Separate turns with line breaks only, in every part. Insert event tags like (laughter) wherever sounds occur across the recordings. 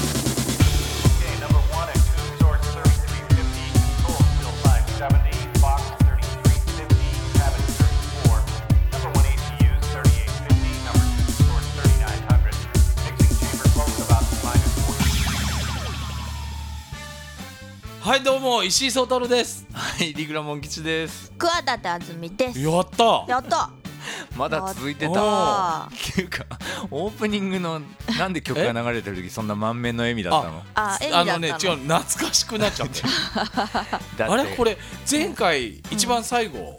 Okay, number one at Coon Source 3350, Control Still 570, Fox 3350, Cabin 34, number one ACU 3850, number two Source 3900, mixing chamber close about minus 40.
はいどうも石井聡太郎です
はい、リグラモン吉です。
桑田あずみです。
やった
やった。
まだ続いて
お
た。
ー
っていうか、オープニングのなんで曲が流れてる時そんな満面の笑みだったの？
あ、演
あ
技だ
の
ったの。
ね違う懐かしくなっちゃって
(laughs) だって
あれこ。れ前回一番最後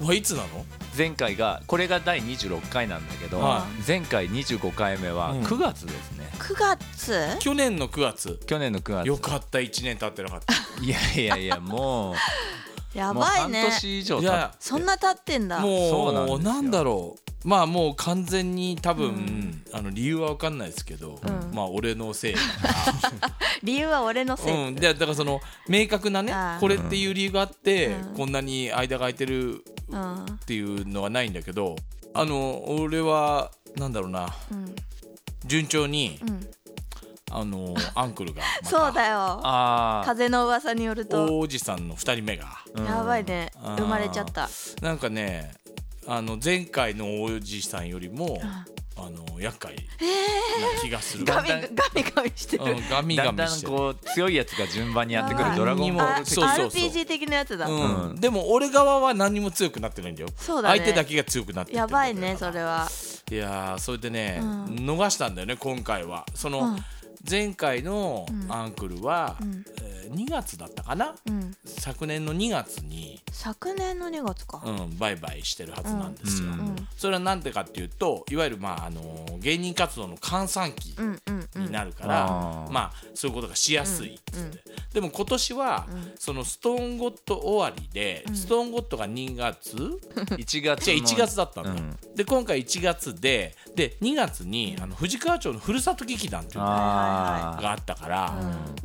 うん、
はいつなの
前回がこれが第26回なんだけど、
は
前回25回目は
うん
9月ですね、
九月。
去年の9月
去年の9月
よかった1年経ってなかった
いやいやいや
(laughs)
もう
や
もう
ばい
半
ね。
年以上
い
経っ
や
そんな経ってんだ。
そうなんです
もう
よ
なんだろうまあもう完全に多分あの理由は分かんないですけど
うん
まあ俺のせい
理由は俺のせい。
うん、でだからその明確なね
あー
これっていう理由があって、
うん
こんなに間が空いてる
うん。
っていうのはないんだけどあの俺はなんだろうな
うん。
順調に
うん。
あのアンクルがまた
そうだよ。
あ
風の噂によると。
大おじさんの2人目が
ーうん
やばいね。
あー
生まれちゃった。
なんかねあの前回のおじさんよりも
ん
あの厄介な気がする、
だ
ガミ
んだん
ガミガミして
う
る。
ん、ガミ
だ
ガ
ん
ミ
だん
してる。
こう強いやつが順番にやってく
やば
る
い
ドラゴンボー
あ
ル的
そうそうそう
RPG 的なやつだ。
うん
うん
でも俺側は何も強くなってないんだよ
そうだね
相手だけが強くなってってる
やばいねそれはい
やーそれでね、
うん
逃したんだよね今回はその、
うん
前回の
うん
アンクルは、
うん
えー2月だったかな
うん
昨年の2月に、
昨年の2月か
うん、売買してるはずなんですよ、
うん
うん
それはなんでかっていうといわゆる、まああのー芸人活動の閑散期
うんうんうん
になるから、
あー
まあそういうことがしやすいっつって、
うんうん
でも今年は、
ん
そのストーンゴッド終わりで、ストーンゴッドが2月
1月
じゃあ
の
1月だったんだ、
うん
で今回1月でで2月にあの藤川町のふるさと劇団っていうのが
あー
あったから、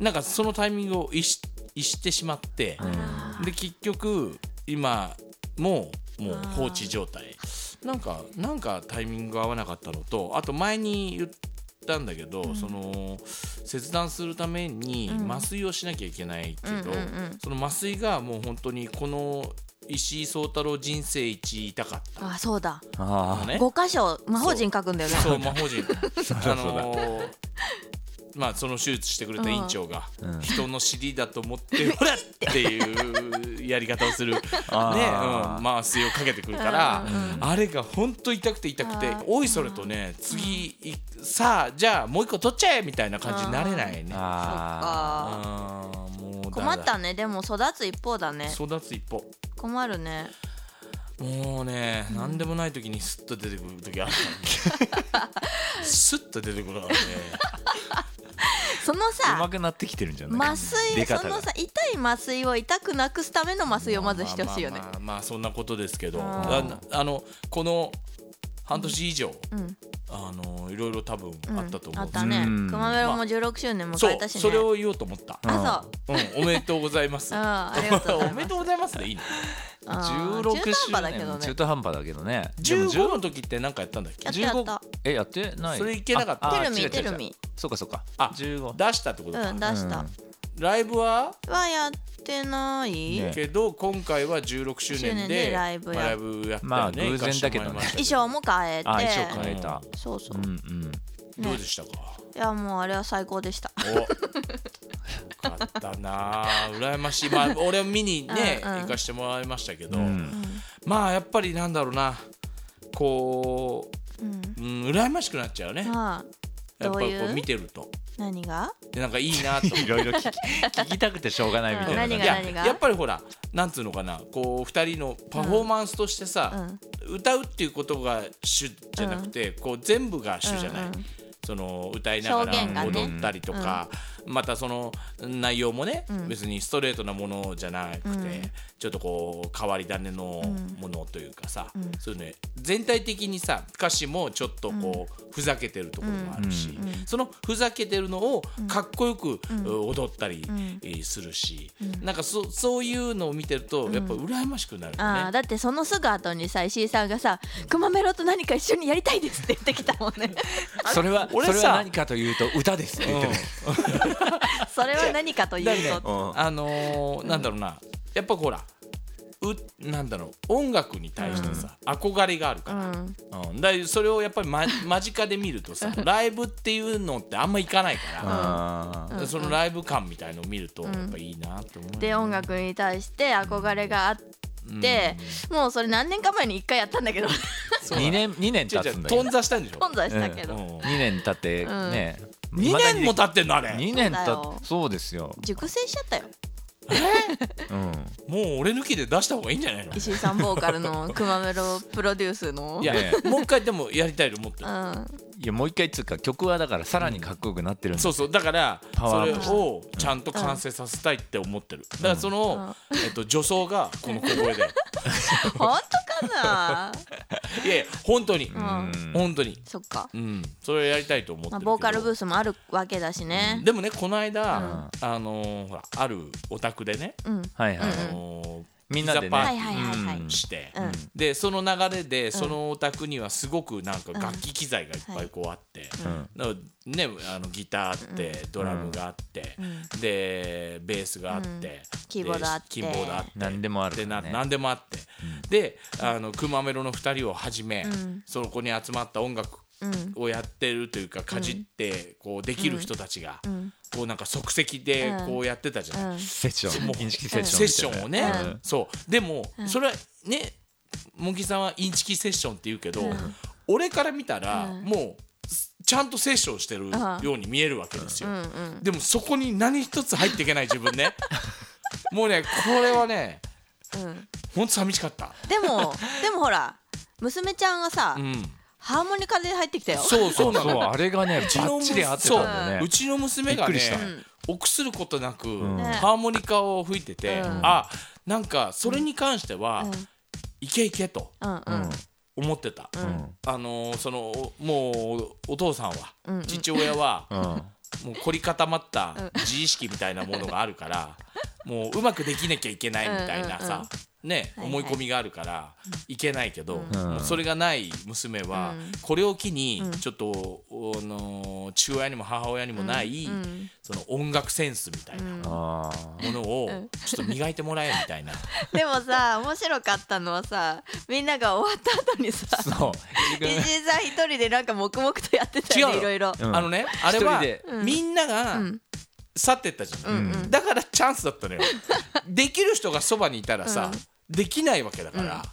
なんかそのタイミングを逸し逸してしまって、で結局今もうもう放置状態なんかなんかタイミングが合わなかったのとあと前に言ったんだけど、その切断するために麻酔をしなきゃいけないけど、
うんうんうん
その麻酔がもう本当にこの石井聡太郎人生一痛かった
あそうだ
あ
の
ー
ね
5箇所魔法陣書くんだよね
そう魔法
(laughs)
陣あ
だ
のーまあその手術してくれた院長が
うん
人の尻だと思ってほらっていうやり方をするね
あー
うん麻酔をかけてくるからあれが本当痛くて痛くて
あー
おいそれとね次いさあじゃあもう一個取っちゃえみたいな感じになれないね
あ
あ
あーもう
ー
だ
困ったねでも育つ一方だね
育つ一歩
困るね
もうね、何でもない時にスッと出てくる時ある
(laughs)
からねスッと出てくるからね
その
ーうま
さ
くなってきてるんじゃない
麻酔
出
そ
方が
のさ痛い麻酔を痛くなくすための麻酔をまずしてほしいよね
まあまあまあまあそんなことですけど
うん
あのあのこの半年以上、
うん
あのいろいろ多分
うん
あったと思う、
あったね
うん
熊メロも16周年
そ
迎え
う
たしね
それを言おうと思った、
うん
あそう
うん、おめでとうございます
うん (laughs) ありがとうござ
(laughs)
い
お
ます
めでとうございますでいいの
あー
16周
中途半端だけど
年
ね
中途半端だけどねでも
15の時って何かやったんだっけ
やったやった
15えやってない
それいけなかった
ああ
テル
違
ミ
う違う違う
テルミ
そうかそうか
あ
15
出したってことか、
うん出した
ライブは
はやってない
ね
けど今回は16周
周
年
年
で
でライブや
まあライブやったよね
まあ偶然だけどね
行かせてもらいました
衣装も変えて
あ衣装変えた
そうそううん
うん
どうでしたか、
いやもうあれは最高でした
およかったなあ羨ましいまあ俺は見にね
(laughs) うんうん
行かしてもらいましたけど、
うん
まあやっぱりなんだろうなこ
うん
う、うん、羨ましくなっちゃうね
まあ
やっぱ
どう
り
い
こ
う
う見てると
何が
でなんかいいな
(laughs)
と
いろいろ聞き聞きたくてしょうがないみたいな
うん
い
何が
ややっぱりほらなんつうのかなこう二人のパフォーマンスとしてさ、歌うっていうことが主じゃなくて、こう全部が主じゃない、
うんうん
その歌いなが
表現
ら
がね
踊ったりとか、またその内容もね、別にストレートなものじゃなくて、ちょっとこう変わり種のものというかさ、そういうね全体的にさ歌詞もちょっとこう、ふざけてるところもあるし、そのふざけてるのをかっこよく、踊ったり、えーするし、なんかそそういうのを見てるとやっぱ羨ましくなるよね。
ああだってそのすぐ後にさ石井さんがさ「くまメロと何か一緒にやりたいです」って言ってきたも
(laughs)
んね
それは
俺さ
それは何かというと歌ですって言ってね
それは何かという
だけ
と
うん
あのーなんだろうなやっぱほらうなんだろう音楽に対してさ、憧れがあるから,、
うん
うんだからそれをやっぱり、ま、 (laughs) 間近で見るとさライブっていうのってあんま行かないか
あー
ら、そのライブ感みたいのを見るとやっぱいいなと思う、
で音楽に対して憧れがあって、もうそれ何年か前に1回やったんだけど (laughs)
そう
二年二年
違
経
う違
つ
うん
だよ
頓挫したんでしょ
混在したけど、
うん
二年経ってね
2年も経ってんのあれ
二年
そうだよ
経っそうですよ
熟成しちゃったよ
うん
もう俺抜きで出した方がいいんじゃないの
石井さんボーカ
(laughs)
ルのくまメロプロデュースの
いや
ね
もう一回でもやりたいと思ってる
うん、
いやもう一回っつうか曲はだからさらにかっこよくなってるんだ
そうそうだから
パ
そ
ワー
れ
アップ
をちゃんと完成させたいって思ってるだからその、えっと、助走がこの小声で
本当か
いやいや本当に、
な、うん、
本当に
(laughs) そっか、
うんそれをやりたいと思って
ま
る
あ、
けど
ボーカルブースもあるわけだしね
でもねこの間、あのーほらあるお宅でね、
うん、
はいはい
あのー
みんなでね
ピザパー
は
テ
い
ィー
はいはいはい、
うん
して、
うん
でその流れでそのお宅にはすごくなんか楽器機材がいっぱいこうあって、
うん
だからね、あのギターあって、ドラムがあって、でベースがあって、
うん
で
キーボードあって
キーボードあって
何でもある
で
から
な
ね
何でもあって、であのくまメロの2人をはじめ、そこに集まった音楽
うん
をやってるというかかじってこうできる人たちが、
ん
こうなんか即席で
うん
こうやってたじゃない、
うん、
セッション
もう
認識セッション
セッションをね、
うん
そうでも、それはねモンキーさんはインチキセッションって言うけど、俺から見たら、もうすちゃんとセッションしてるように見えるわけですよ、
うんうん
でもそこに何一つ入っていけない自分ねもうねこれはね
うん
ほんと寂しかった (laughs)
でもでもほら娘ちゃんがさ、
うん
ハーモニカで入ってきたよ
そうそうな
そう
の
あれがねバ
うちの
ッチリ合って
そ
た
うん
だよ
う
ね
ちの娘が
び
ね
っくりした
臆することなく、
ね
ハーモニカを吹いてて、
うん
あなんかそれに関しては、いけいけと
うんうん
思ってた、
ん
あのーそのおもうお父さんは、父親は、
うん
もう凝り固まった自意識みたいなものがあるから、 (laughs) もううまくできなきゃいけないみたいなさ、ね、
はいはい
思い込みがあるからいけないけど、
ん
もうそれがない娘は、
うん
これを機にちょっと、あのー父親にも母親にもない、 (laughs)
うん
その音楽センスみたいなも
あ
のをちょっと磨いてもらえみたいな。
でもさ面白かったのはさみんなが終わった後にさ
あそう
(laughs) 石井さん一人でなんか黙々とやってたよ
違
ね
う
いろいろ
うん
あのね、あれは
一人で
みんなが
ん
去ってったじゃん、
うん
だからチャンスだった
(laughs)
のよできる人がそばにいたらさ、できないわけだから、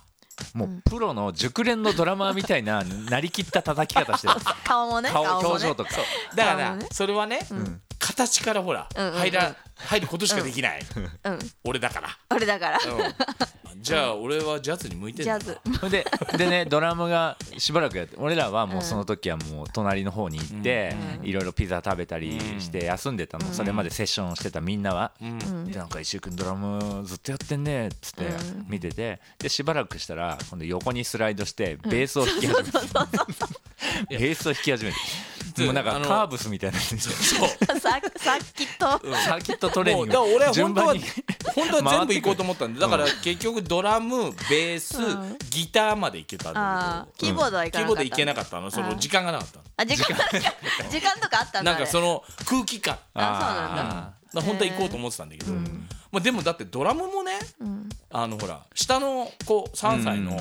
もうプロの熟練のドラマーみたいななりきった叩き方してた
顔もね
顔
顔も
表
ね
情とか
だか
あの
ら
ね
それはね、形からほら、
うんうんうん
入ら入ることしかできない、
うん
俺だから、
俺だから
うん、じゃあ俺はジャズに向いてる
ジャズ (laughs)
それででねドラムがしばらくやって俺らはもうその時はもう隣の方に行っていろいろピザ食べたりして休んでたのそれまでセッションしてたみんなはでなんか石井君ドラムずっとやってんねっつって見ててでしばらくしたら今度横にスライドしてベースを弾き始めてベースを弾き始めてもうなん
あ
か
の
カーブスみたいなやつで
(laughs)
そう
ささっきと
サーキットトレ
もう
ーニング
だから俺は本
順
当は
番に
本当は全部行こうと思ったんでだから結局ドラムベース、ギターまで行けたんだ
あー
け
キーボードはい
どキー
かな
ボー
かった
ド行けな
か
かったのその時間がなかったの
あ時間時間とかあったんだ
なんかそ
の
の空気感
あそうなんだ
あ
まあ本当は行こうと思ってたんだけど、まあ、でもだってドラムもね、あのほら下の子3歳の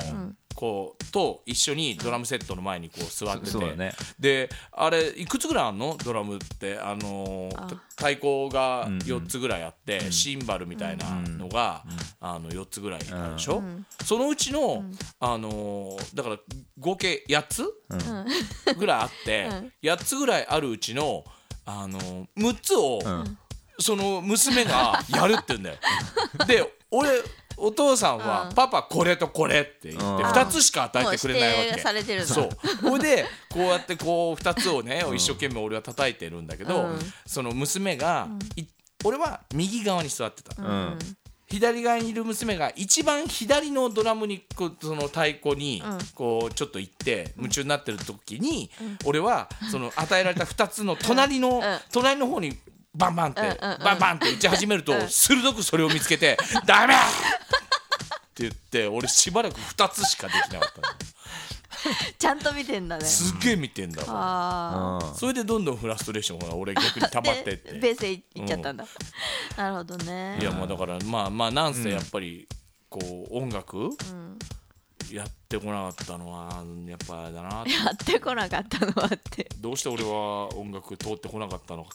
子と一緒にドラムセットの前にこう座ってて、
そうだね
であれいくつぐらいあんのドラムって、あのーた太鼓が4つぐらいあって、シンバルみたいなのが、あの4つぐらいあるでしょ、そのうちの、あのーだから合計8つ、ぐらいあって、8つぐらいあるうちの、あのー6つを、
ん
(laughs)
その娘がやるって言うんだよ。で俺お父さんは「
うん
パパこれとこれ」って言って
うん
2つしか与
もう
えて
指
くれないわ
定
け
されてるの
そうほいでこうやってこう2つをね一生懸命俺は叩いてるんだけど、
うん
その娘が、い俺は右側に座ってた、
うん
左側にいる娘が一番左のドラムにこうその太鼓に
うん
こうちょっと行って夢中になってる時に、俺はその与えられた2つの隣の、
んうん
隣の方にバンバンって、
うんうんうん
バンバンって打ち始めると、
うん
鋭くそれを見つけ
(laughs)
て「ダメ!」って言って俺しばらく2つしかできなかったの。
ちゃんと見てんだね
すっげえ見てんだわ
あ
うん
それでどんどんフラストレーションが俺逆に
あ
溜まってって
ベースへ行っちゃったんだ、なるほどね
いやまあだからまあまあなんせやっぱりこう音楽やってこなかったのはやっぱあれだな
やってこなかったのはって
どうして俺は音楽通ってこなかったのか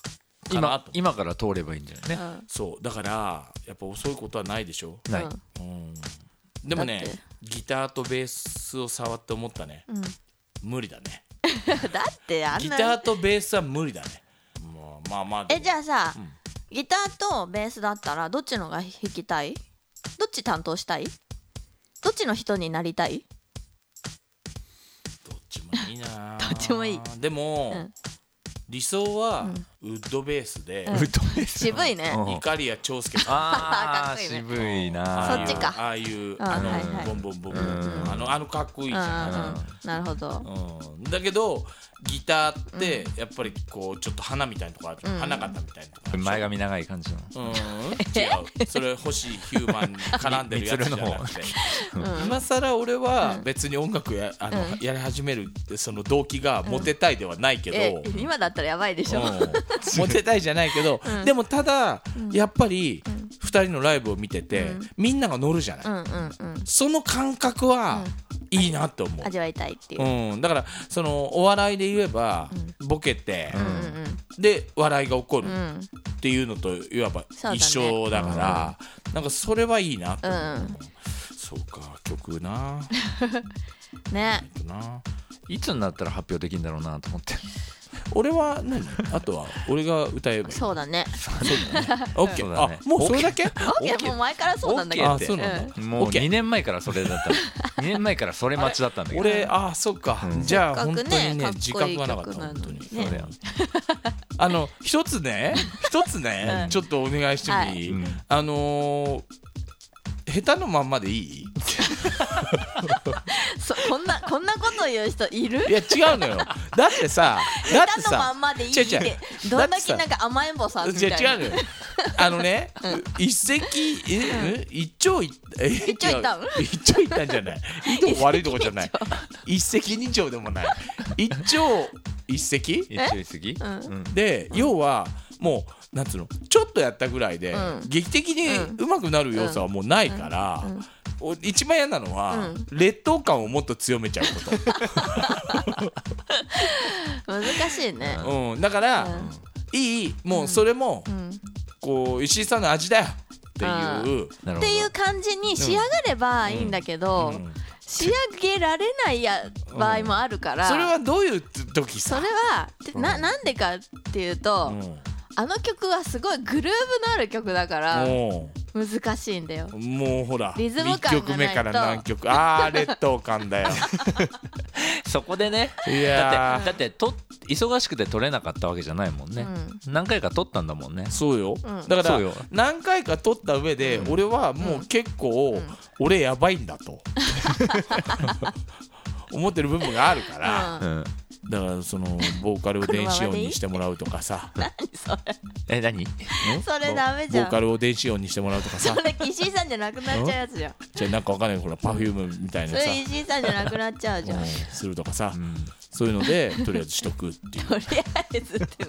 かな
今
と
今から通ればいいんじゃないね
そうだからやっぱ遅いことはないでしょ
ない、
うん
うんでもね
だって
ギターとベースを触って思ったね無理だね
(laughs) だってあん
ギ
な
ターとベースは無理だねまあまあまあ
えじ
あ
ゃあさ、ギターとベースだったらどっちのが弾きたいどっち担当したいどっちの人になりたい
どっちもいいな
どっちもいい
でも、
うん
理想はウッドベースで、
ウッドベース
渋いね、
うん
イカリア長介さん
あー
かっこいいね
渋い
あ
な
あいう
そっちか
ああいう
あ
あの、
はいはい
ボンボンボンボン、
うん
あのあのかっこいいじ
うんうん
ゃん、
うんなるほど
うんだけどギターってやっぱりこうちょっと花みたいなとこあるじゃん、花形みたいなとこある
前髪長い感じの
うん、違うそれ星ヒューマンに絡んでるやつじゃなくて (laughs) 今更俺は別に音楽やあの、やり始めるってその動機がモテたいではないけど、
え今だったらやばいでしょ、 (laughs)
うんモテたいじゃないけど、でもただ、やっぱり2人のライブを見てて、みんなが乗るじゃない、
うん、うんうん
その感覚は、いいなって思う。
味わいたいっていう、
うん、だからそのお笑いで言えば、ボケて、
うんうん
で笑いが起こる
う
っ
ん
ていうのといわば
そうだね
一緒だからなんかそれはいいなって思う、
うんうん
そうか曲な
ね
ない
つになったら発表できるんだろうなと思って
俺は何あとは俺が歌えばいい
そうだね
オッケ
そう
ー
だね
あもうそれだけ
いやもう前からそうなんだけど
あそうなんだ、
もう
OK
2年前からそれだったの2年前からそれ待ちだったんだけど
俺ああそっか、
うん
じゃあ
せっ
本当
かく
に
ね
ね
かっ
自
こい
覚
い
がなかった
曲なの
本
に
当に
そうだよ
あの一つね一つね、
うん
ちょっとお願いしてもいい、
はいうん
あのー下手のまんまでいい
そこんなこんなこと言う人いる
いや違うのよだって
(laughs)
さだって
下手のま
さ
んまでいいって
違う違
どんだけなんか甘えん坊さんみ
じ
たい
ゃ
な
違うのよあの
(laughs)
ね、一石え、ん一長一え
一長一短
違う一長一短じゃないいいとこ悪いとこじゃない一石二鳥でもない一長一石
一応言い過ぎうん
で、要はもうなんつうのちょっとやったぐらいで、
うん
劇的に上手くなる要素はもうないから、お一番嫌なのは、劣等感をもっと強めちゃうこ
難しいね
と、うん、だから、いいもうそれも、こう石井さんの味だよっていう、
なる
っ
ほど
ていう感じに仕上がればいいんだけど、
うん
仕上げられないや場合もあるから、
それはどういう時
そ
さ
れはてななんでかっていうと、
うん
あの曲はすごいグルーヴのある曲だから
も
難しいんだよ
うもうほら
リズム感がないと
一曲目から何曲ああ
(laughs)
劣等感だよ
そこでね
いや
だってだってと忙しくて取れなかったわけじゃないもんね何回か取ったんだもんね
そうよ、
ん
だか
そ
ら
うよ
何回か撮った上で、俺はもう結構、俺やばいんだと思ってる部分があるから、
うん
うん
だからそのボーカルを電子音にしてもらうとかさ
え何
(laughs) それダメじ
ボ
ゃ
ー
ん
カルを電子音にしてもらうとかさ
それ石井さんじゃなくなっちゃうやつじゃん
じゃあなんかわかんないほらパフュームみたい
そ
なさ
れ石井さんじゃなくなっちゃうじゃん
うんするとかさ、そういうのでとりあえずしとくっていう
とりあえずって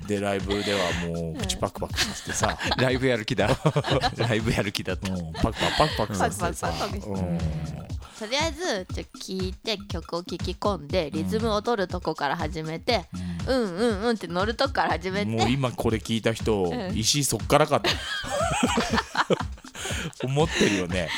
何
でライブではもう口パクパクさせてさ、
(laughs)
ライブやる気だ (laughs) ライブやる気だって
うんパクパクパクパクさせてさ
パクパクパクパク
うん
とりあえずじゃあ聞いて曲を聴き込んでリズムを取るとこから始めて、うん、うんうんって乗るとこから始めて
もう今これ聞いた人、
ん
石井そっからかと (laughs) 思ってるよね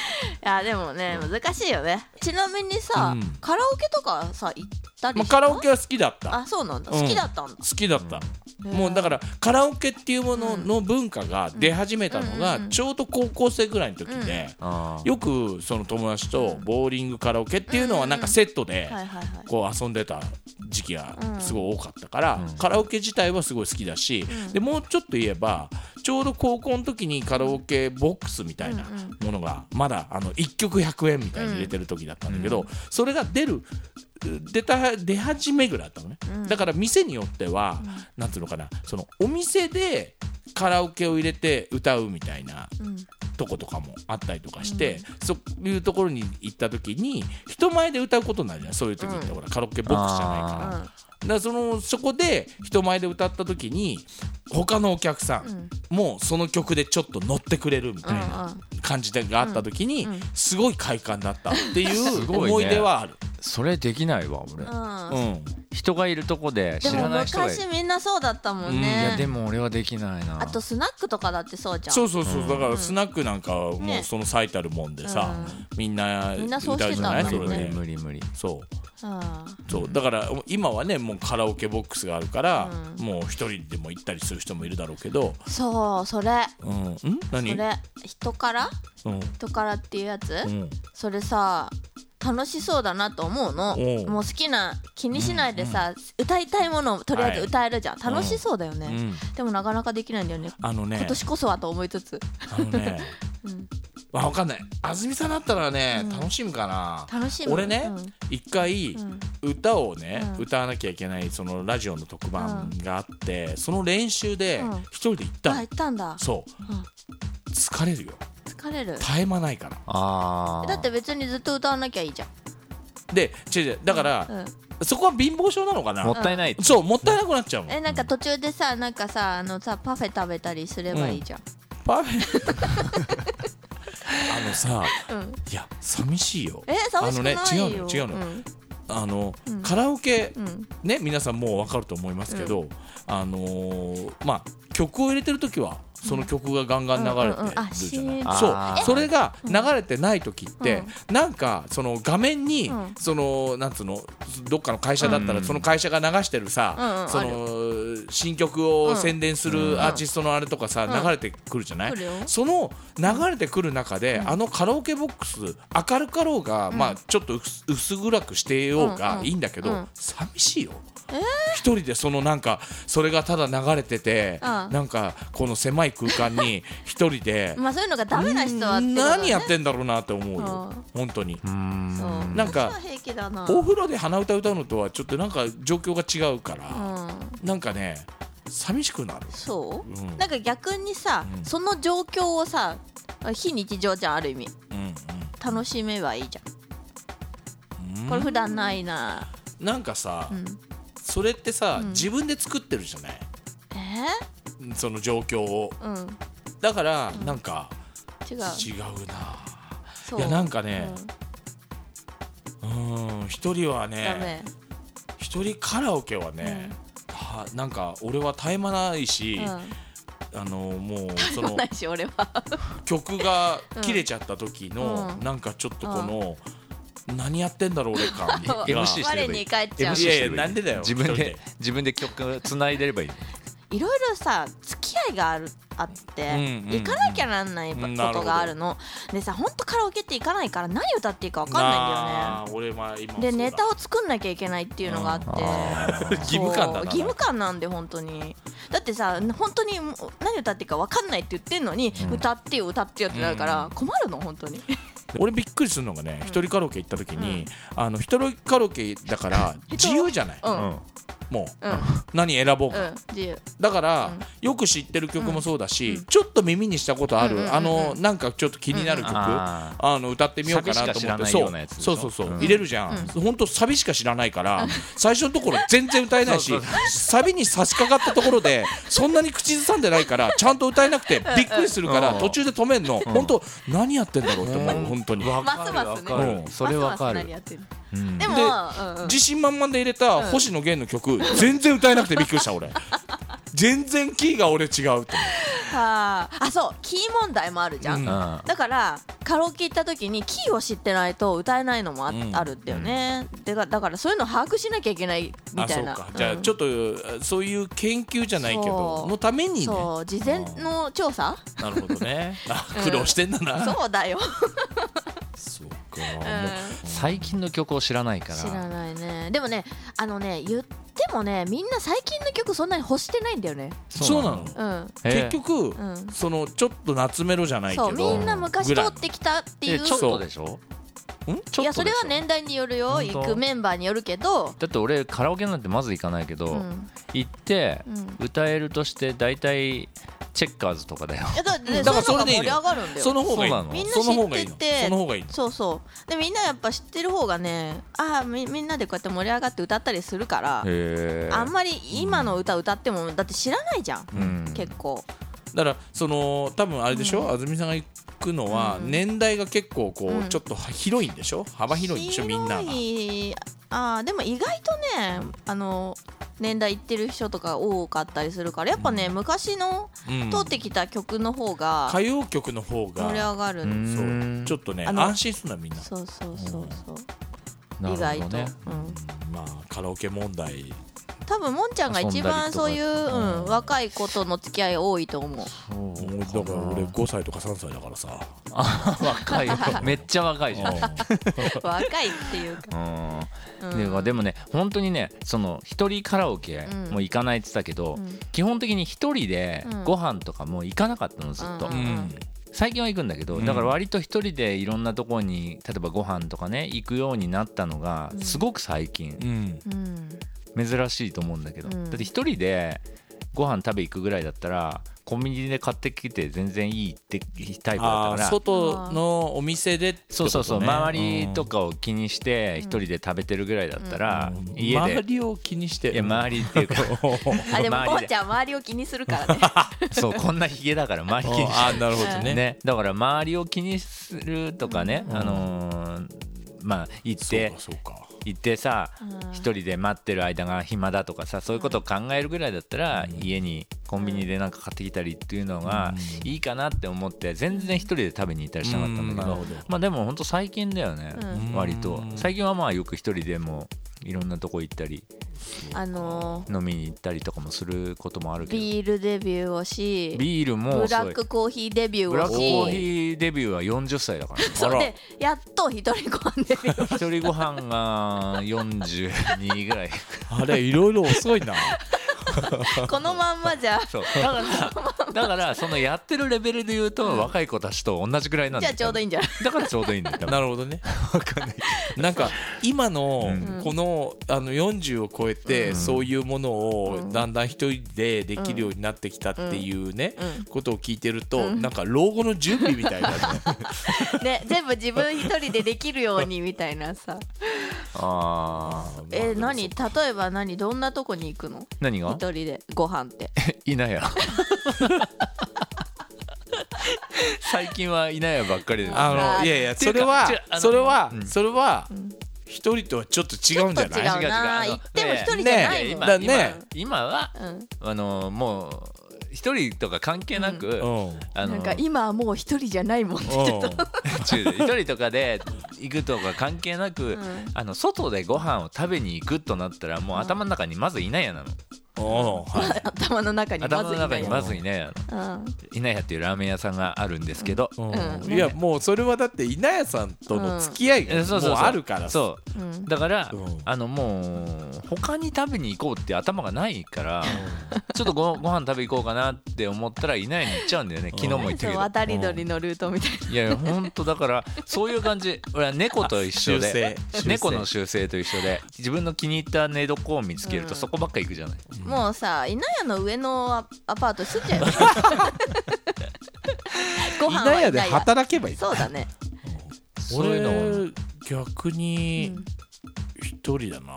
いやでもね難しいよねちなみにさ、
うん
カラオケとかさいたり
まあ、
した
カラオケは好きだった
あそうなんだ
うん
好きだったんだ
好きだった、
へえ
もうだからカラオケっていうもの
うん
の文化が出始めたの
うんうんう
が
ん
ちょうど高校生ぐらいの時で、
あー
よくその友達とボーリングカラオケっていうのはなんかセットで
はいはいはい
こう遊んでた時期が
うん
すごい多かったから、
うん
カラオケ自体はすごい好きだし、
うん
でもうちょっと言えばちょうど高校の時にカラオケボックスみたいなものがまだあの1曲100円みたいに入れてる時だったんだけど、それが出る出た出始めぐらいだったのね、
うん
だから店によっては、なんていうのかなそのお店でカラオケを入れて歌うみたいな
うん
とことかもあったりとかして、そういうところに行った時に人前で歌うことになるじゃないそういう時って、
うん
ほらカラオケボックスじゃないから
う
だか
ん
らそのそこで人前で歌った時に他のお客さ
うんん
もその曲でちょっと乗ってくれるみたいな感じがあった時に
うんうん
すごい快感だったってい
す
(laughs)
う
ごいね
思い出はある。
それできないわ俺
うん
うん
人がいるとこで
で
知
も
らない人がいる
昔みんなそうだったもん
い
ね
やでも俺はできないな
あとスナックとかだってそうじゃん
そうそうそう、
うん
だからスナックなんかはも
ね
うその最たるもんでさ、みんな
みんなそう
歌うじゃない
してた
そ
んだ
れで
もんね
無理無理無理
そう
うん
そうだから今はねもうカラオケボックスがあるから、
うん
もう一人でも行ったりする人もいるだろうけど、
そうそれ
うん、ん何
それ人から
うん
人からっていうやつ
うん
それさ楽しそうだなと思うの
おう
もう好きな気にしないでさ、歌いたいものをとりあえず歌えるじゃん、
い
楽しそうだよね、
うん
でもなかなかできないんだよね
あのね
今年こそはと思いつつ、
あのね、 (laughs)
うん
まあ、わかんない安住さんだったらね、
うん
楽しむかな
楽しみ
俺ね
うん
一回、
うん
歌をね、
うん
歌わなきゃいけないそのラジオの特番があって、その練習で
うん
一人で行った
あ
の、
行ったんだ
そう、
うん
疲れるよ
疲れる
絶え間ないから
ああ
だって別にずっと歌わなきゃいいじゃん
で違う違うだから、
うん、
そこは貧乏症なのかな
もったいない
そうもったいなくなっちゃうもん
えなんか途中でさなんかさあのさパフェ食べたりすればいいじゃん、
パフェあのさ
うん
いや寂しいよ
え寂しくないよ
あのね違うの違うのあの、
うん
カラオケ
うんうん
ね皆さんもう分かると思いますけど、あのーまあ曲を入れてる時はその曲がガンガン流れて
うんうんうんあ
るじゃない、
し
あ
そ
ー
うそれが流れてない時って、なんかその画面に、
うん
そのなんつうのどっかの会社だったら、
うん
その会社が流してるさ、
うん
そ
うん
の新曲を宣伝するアーティストのあれとかさ、
うん
流れてくるじゃない、
来るよ
その流れてくる中で、あのカラオケボックス明るかろうが、まあ、ちょっと薄薄暗くしてよう
うん
が
うん
いいんだけど、
うん
寂しいよ。一人でそのなんかそれがただ流れてて、
うん
なんかこの狭い空間に一人で
まあそういうのがダメな人はってことだね
何やってんだろうなって思うよ、本当に
うーん
そう
なんか
私は平気だな
お風呂で鼻歌歌うのとはちょっとなんか状況が違うから、
うん
なんかね寂しくなる
そう、
うん
なんか逆にさ、
うん
その状況をさ非日常じゃんある意味
うんうん
楽しめばいいじゃんこれ普段ないな、
なんかさ、
うん、
それってさ、
うん
自分で作ってるじゃない
え
その状況を
ー、うん
だからなんか
違う
違うな、
そう
いやなんか
うん
ねうん一人は
ダ
ね
メ、
一人カラオケはね、はなんか俺は絶え間ないし、あのもうそ
うん、
の
ないし俺は
曲が切れちゃった時の、
うん
なんかちょっとこの、何やってんだろう俺感が
MC してれ
我
ばい
に
い
帰っちゃう
い
MC し
や
てればいい
いやなんでだよ
自分
一人で
で自分で曲つないでればいい
いろいろさ付き合いがあるあって、
うんうんうん
行かなきゃなんないこ
うんなるほ
と
ど
があるのでさほんとカラオケって行かないから何歌っていいか分かんないんだよね
あー俺は今
で
そうだ
ネタを作んなきゃいけないっていうのがあって、
うんあ
そう
義務感だな
義務感なんで本当にだってさ本当にもう何歌っていいか分かんないって言ってんのに、歌ってよ歌ってよってなるから、困るの本当に
俺びっくりするのがね一人カラオケ行った時に、あの一人カラオケだから自由じゃない、
うんうん、
の
もう
うん
何選ぼうか、
自由
だから、
うん
よく知ってる曲もそうだし、
うん
ちょっと耳にしたことある、
うんうんうんうん
あのなんかちょっと気になる曲、
うん
あ
あ
の歌ってみようかなと
サビし
思
か
って
知らない
そ
よ
う
うなやつでし
そ
ょ
うそうそう、
うん
入れるじゃん、ほんとサビしか知らないから、最初のところ全然歌えないし
そうそ
サビに差し掛かったところでそんなに口ずさんでないからちゃんと歌えなくてびっくりするから、
うん
途中で止めんの、ほんと何やってんだろうって思う、
うん
本当に。
ますますね
わかる
うん
それわか
ますます
る
何やってんの
うん
でも
で
うんうん
自信満々で入れた星
(laughs)
野源の曲、全然歌えなくてびっくりした俺全然キーが俺違うと思
はああそうキー問題もあるじゃん、
うん
うん
だからカラオケ行った時にキーを知ってないと歌えないのもあ,、
うん
あるんだよねでがだからそういうの把握しなきゃいけないみ
あ
た
そ
いうな
か、じゃあちょっとあそういう研究じゃないけ
そ
ど
う
のためにね
そう事前の調査
なるほどね (laughs) あ
うん
苦労してんだな、
(laughs) そうだよ、
そうか
うん
最近の曲を知らないから
知らないねでもねあのね言ってもねみんな最近の曲そんなに欲してないんだよね
そうなの
うん
へえ
結局、
うん
そのちょっと夏メロじゃないけ
そ
ど
うみんな昔
ぐ
通
らい
ってきたってい
え
う
ちょっとでしょ
ん
いやそれは年代によるよ
本当
行くメンバーによるけど
だって俺カラオケなんてまず行かないけど、
うん
行って
うん
歌えるとして大体チェッカーズとかだよ
いやだってね
だか
そうい
ら
うの
そ
が
れでいいの
盛り上がるんだよ
その方がいい
そうなの
みんな
その方がいい
知っ
の
てて
その方がいいの
そうそうでみんなやっぱ知ってる方がねああみみんなでこうやって盛り上がって歌ったりするから
へ
あんまり今の歌歌ってもだって知らないじゃん、
うん
結構
だからその多分あれでしょ、安住さんが行くのは
うん
年代が結構こう、
うん
ちょっと広いんでしょ幅広いんでしょみんなが
広いあーでも意外とねあの年代いってる人とか多かったりするからやっぱね、昔の
うん
通ってきた曲の方が
歌謡曲の方
盛り
が
上がる、
うん
そうちょっとね
あの
安心するなみんな、
そうそうそうそう、
なる
意
ほどね
外と、うん、
うんまあカラオケ問題
多分もんちゃんが一番そういう、うん、若い子との付き合い多い
(laughs)
と思う
そう
もうだから俺5歳とか3歳だからさ
若い
(laughs)
よめっちゃ若いじゃん
若いっていうか、
うんでもでもね本当にねその一人カラオケ
うん
も行かないって言ったけど、
うん
基本的に一人で
うん
ご飯とかも行かなかったのずっと、
うん
うん、
最近は行くんだけど、
うん
だから割と一人でいろんなところに例えばご飯とかね行くようになったのが
うん
すごく最近
う、ん
うん、
珍しいと思うんだけど、
うん
だって一人でご飯食べ行くぐらいだったらコンビニで買ってきて全然いいって言いたい子だ
あー
ったから
外のお店でってことね
そうそうそう周りとかを気にして一人で食べてるぐらいだったら、
うん
家で
周りを気にして
いや
(laughs)
周りっていうか
あでもも
周
ん
り
ち
で
ゃん周りを気にするか
(laughs)
らね
そうこんなひげだから周り気にし
あーなるほどね
ね、だから周りを気にするとかね、あのーまあ行っ
そう
て
かそうか
行ってさ
うん
一人で待ってる間が暇だとかさそういうことを考えるぐらいだったら、家にコンビニでなんか買ってきたりっていうのがいいかなって思って全然一人で食べに行ったりしなかったんだけど,、
うんなるほど
まあでもほんと最近だよね、
う
割と最近はまあよく一人でもいろんなとこ行ったり
あの
飲みに行ったりとかもすることもある
ー
けどビ
ビールデビューをし
ールも
ブ
そ
ラ
う
ックコーヒーデビュ
ブ
ー
ラッ
を
クコーヒ
し
ーデビューは40歳だからね
そ
あら
うでやっと一人ご飯デビュー
一人ご飯が42ぐらい
あれいろいろ遅いな
このまんまじゃ
そうだからだからそのやってるレベルで言うと若い子たちと同じぐらいなん
じ
だ
ゃあちょうどいいんじゃない
だからちょうどい
(laughs)
いんだよ多分
なるほどねなんか今のこのあの40を超えてそういうものをだんだん一人でできるようになってきたっていうね
うん
ことを聞いてるとなんか老後の準備みたいだね
ね全部自分一人でできるようにみたい
(laughs)
なさ
あー
え何例えば何どんなとこに行くの
何
一
が
人でご飯って
稲屋最近は稲屋ばっかりで
あ
あー
のいやいや
てい
そう
か
れは
違うあの
それは
うん
それは一人とはちょっと違うんじゃ
ちょっ
な
と
い
違うな
違う違うあの
行っても一人じゃないもん、
ねだね
今は
うん
あのもう一人とか関係なく、
うん
あの
なんか今はもう一人じゃないもんね
う
違う一人とかで行くとか関係なく、
ん
あの外でご飯を食べに行くとなったらもう頭の中にまず稲屋なの、
んうんはい
頭の中にま
頭
ず
の
いな
中に
い
まず稲屋なの
うん
稲屋っていうラーメン屋さんがあるんですけど、
うん
うん
いやもうそれはだって稲谷さんとの付き合いが
え
も
そう
う
そうそう
あるからさ
そう、
うん
だから、
うん
あのもう他に食べに行こうって頭がないから、 (laughs) ちょっとごご飯食べ行こうかなって思ったら稲屋に行っちゃうんだよね昨日も言った
そう
けど
渡り鳥のルートみたい
いやいやほんとだからそういう感じ俺は猫と一緒で
あ修正
猫の習性と一緒で自分の気に入った寝床を見つけると
うん
そこばっか行くじゃない、
な、もうさ稲屋の上のアアパート住んじ
(laughs)
ゃえばご
稲
飯は
谷
稲
で
屋
働けばいい
そうだね
そういうのを
俺逆に一人だな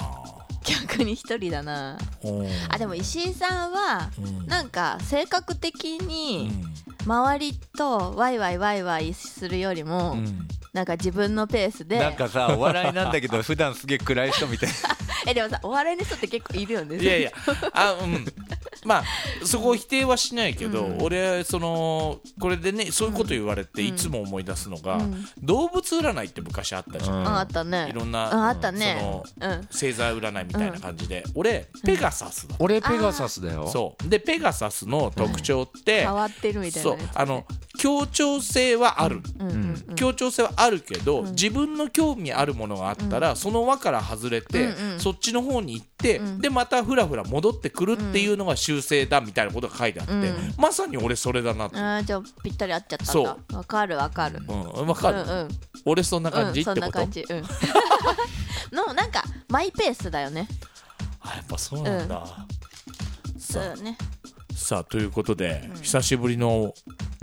逆に一人だな
うん
あでも石井さんは
うん
なんか性格的
う
に
ん
周りとワイワイワイワイするよりも
うん
なんか自分のペース
なん
で
かさお笑いなんだけど普段すげえ暗い人みたいな
えでもさお笑いの人って結構いるよね
いやいやあうん (laughs) まあそこを否定はしないけど、俺そのこれでねそういうこと言われていつも思い出すのが、動物占いって昔あったじゃん、
ああったね
いろんな
ああったね
そ
うん
の星座占いみたいな感じで、俺ペガサスだった、
俺ペガサスだよ
そうでペガサスの特徴って、
変わってるみたいな
そう
やつ
あの協調性はある、協調性はあるけど、自分の興味あるものがあったら、その輪から外れて、そっちの方に行って、でまたふらふら戻ってくるっていうのが修正だみたいなことが書いてあって、まさに俺それだなって、
あーじゃあぴったり合っちゃったん
そ
だわかるわかる
うん、わかる、
うんうん
俺そんな
う
感じ、
んそ
っ
ん
て
な
こと
感じ
(laughs)
うんのなんかマイペースだよね
あやっぱそうなんだ、
そ
さ
う
あ
よね
さあということで、久しぶりの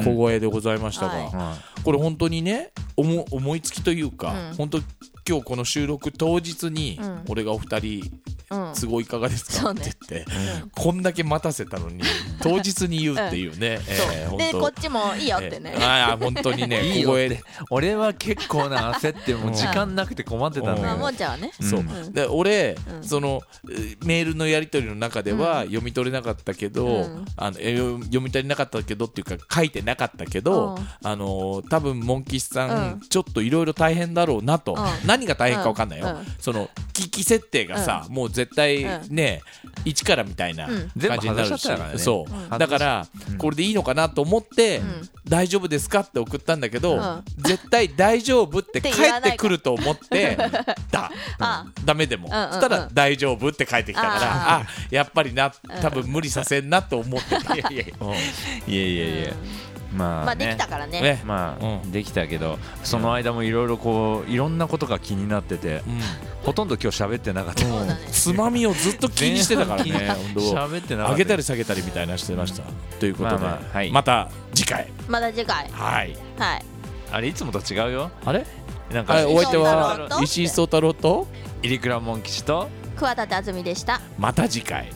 小声でございましたが、
うん
は
これ本当にね思思いつきというか、本当今日この収録当日に、
ん
俺がお二人
うん
都合いかがですか
そ
っ
う
て
ね
言って、こんだけ待たせたのに当日に言うっていうね、えー
そうでこ
本
っちもいいよ
当
ってね
えーああ本当に
(laughs)
ね
いい
小
よ
声
って
で。
俺は結構な焦ってもう時間なくて困ってたん
うん
だけど
まあもんちゃんはね
そう
うん
で俺、
うん
そのえーメールのやり取りの中では読み取れなかったけど、
うん
あのえー読み取れなかったけどっていうか書いてなかったけど、
うん
あのー多分モンキシさん、
うん
ちょっといろいろ大変だろうなと、
うん
何が大変か分かんないよ、
うんうん
その機器設定がさ、もう絶対
うん
ね、一からみたいな
うん
感じにな
全部
る
外し
し、
ちゃったからね
そう、
うん
だから、これでいいのかなと思って、
ん
大丈夫ですかって送ったんだけど、
ん
絶対大丈夫って返
って言わ
っ
な
て
いか
くると思
(laughs)
ってだ。
あ
ダメでも、
んうんうん
そしたら「大丈夫」って返ってきたから
あ
あやっぱりな多分無理させんなと思ってた、
いやいやいやいやいやいやまあ
まあ
ね
できたからね
ね
まあ、
うん
できたけどその間もいろいろこういろんなことが気になってて、
うん
ほとんど今日喋ってなかった、
そうだね
つまみをずっと気にしてたからね
前半気に
本
喋ってな
当
かった
(laughs) 上げたり下げたりみたいなしてました、ということで、
まあまあはい
また次回
また次回
はい
はい
あれいつもと違うよ
あれ
なんか
あお相手
石井壮太
は
郎と
石井聡太郎と
入倉門吉と
桑田辰巳でした
また次回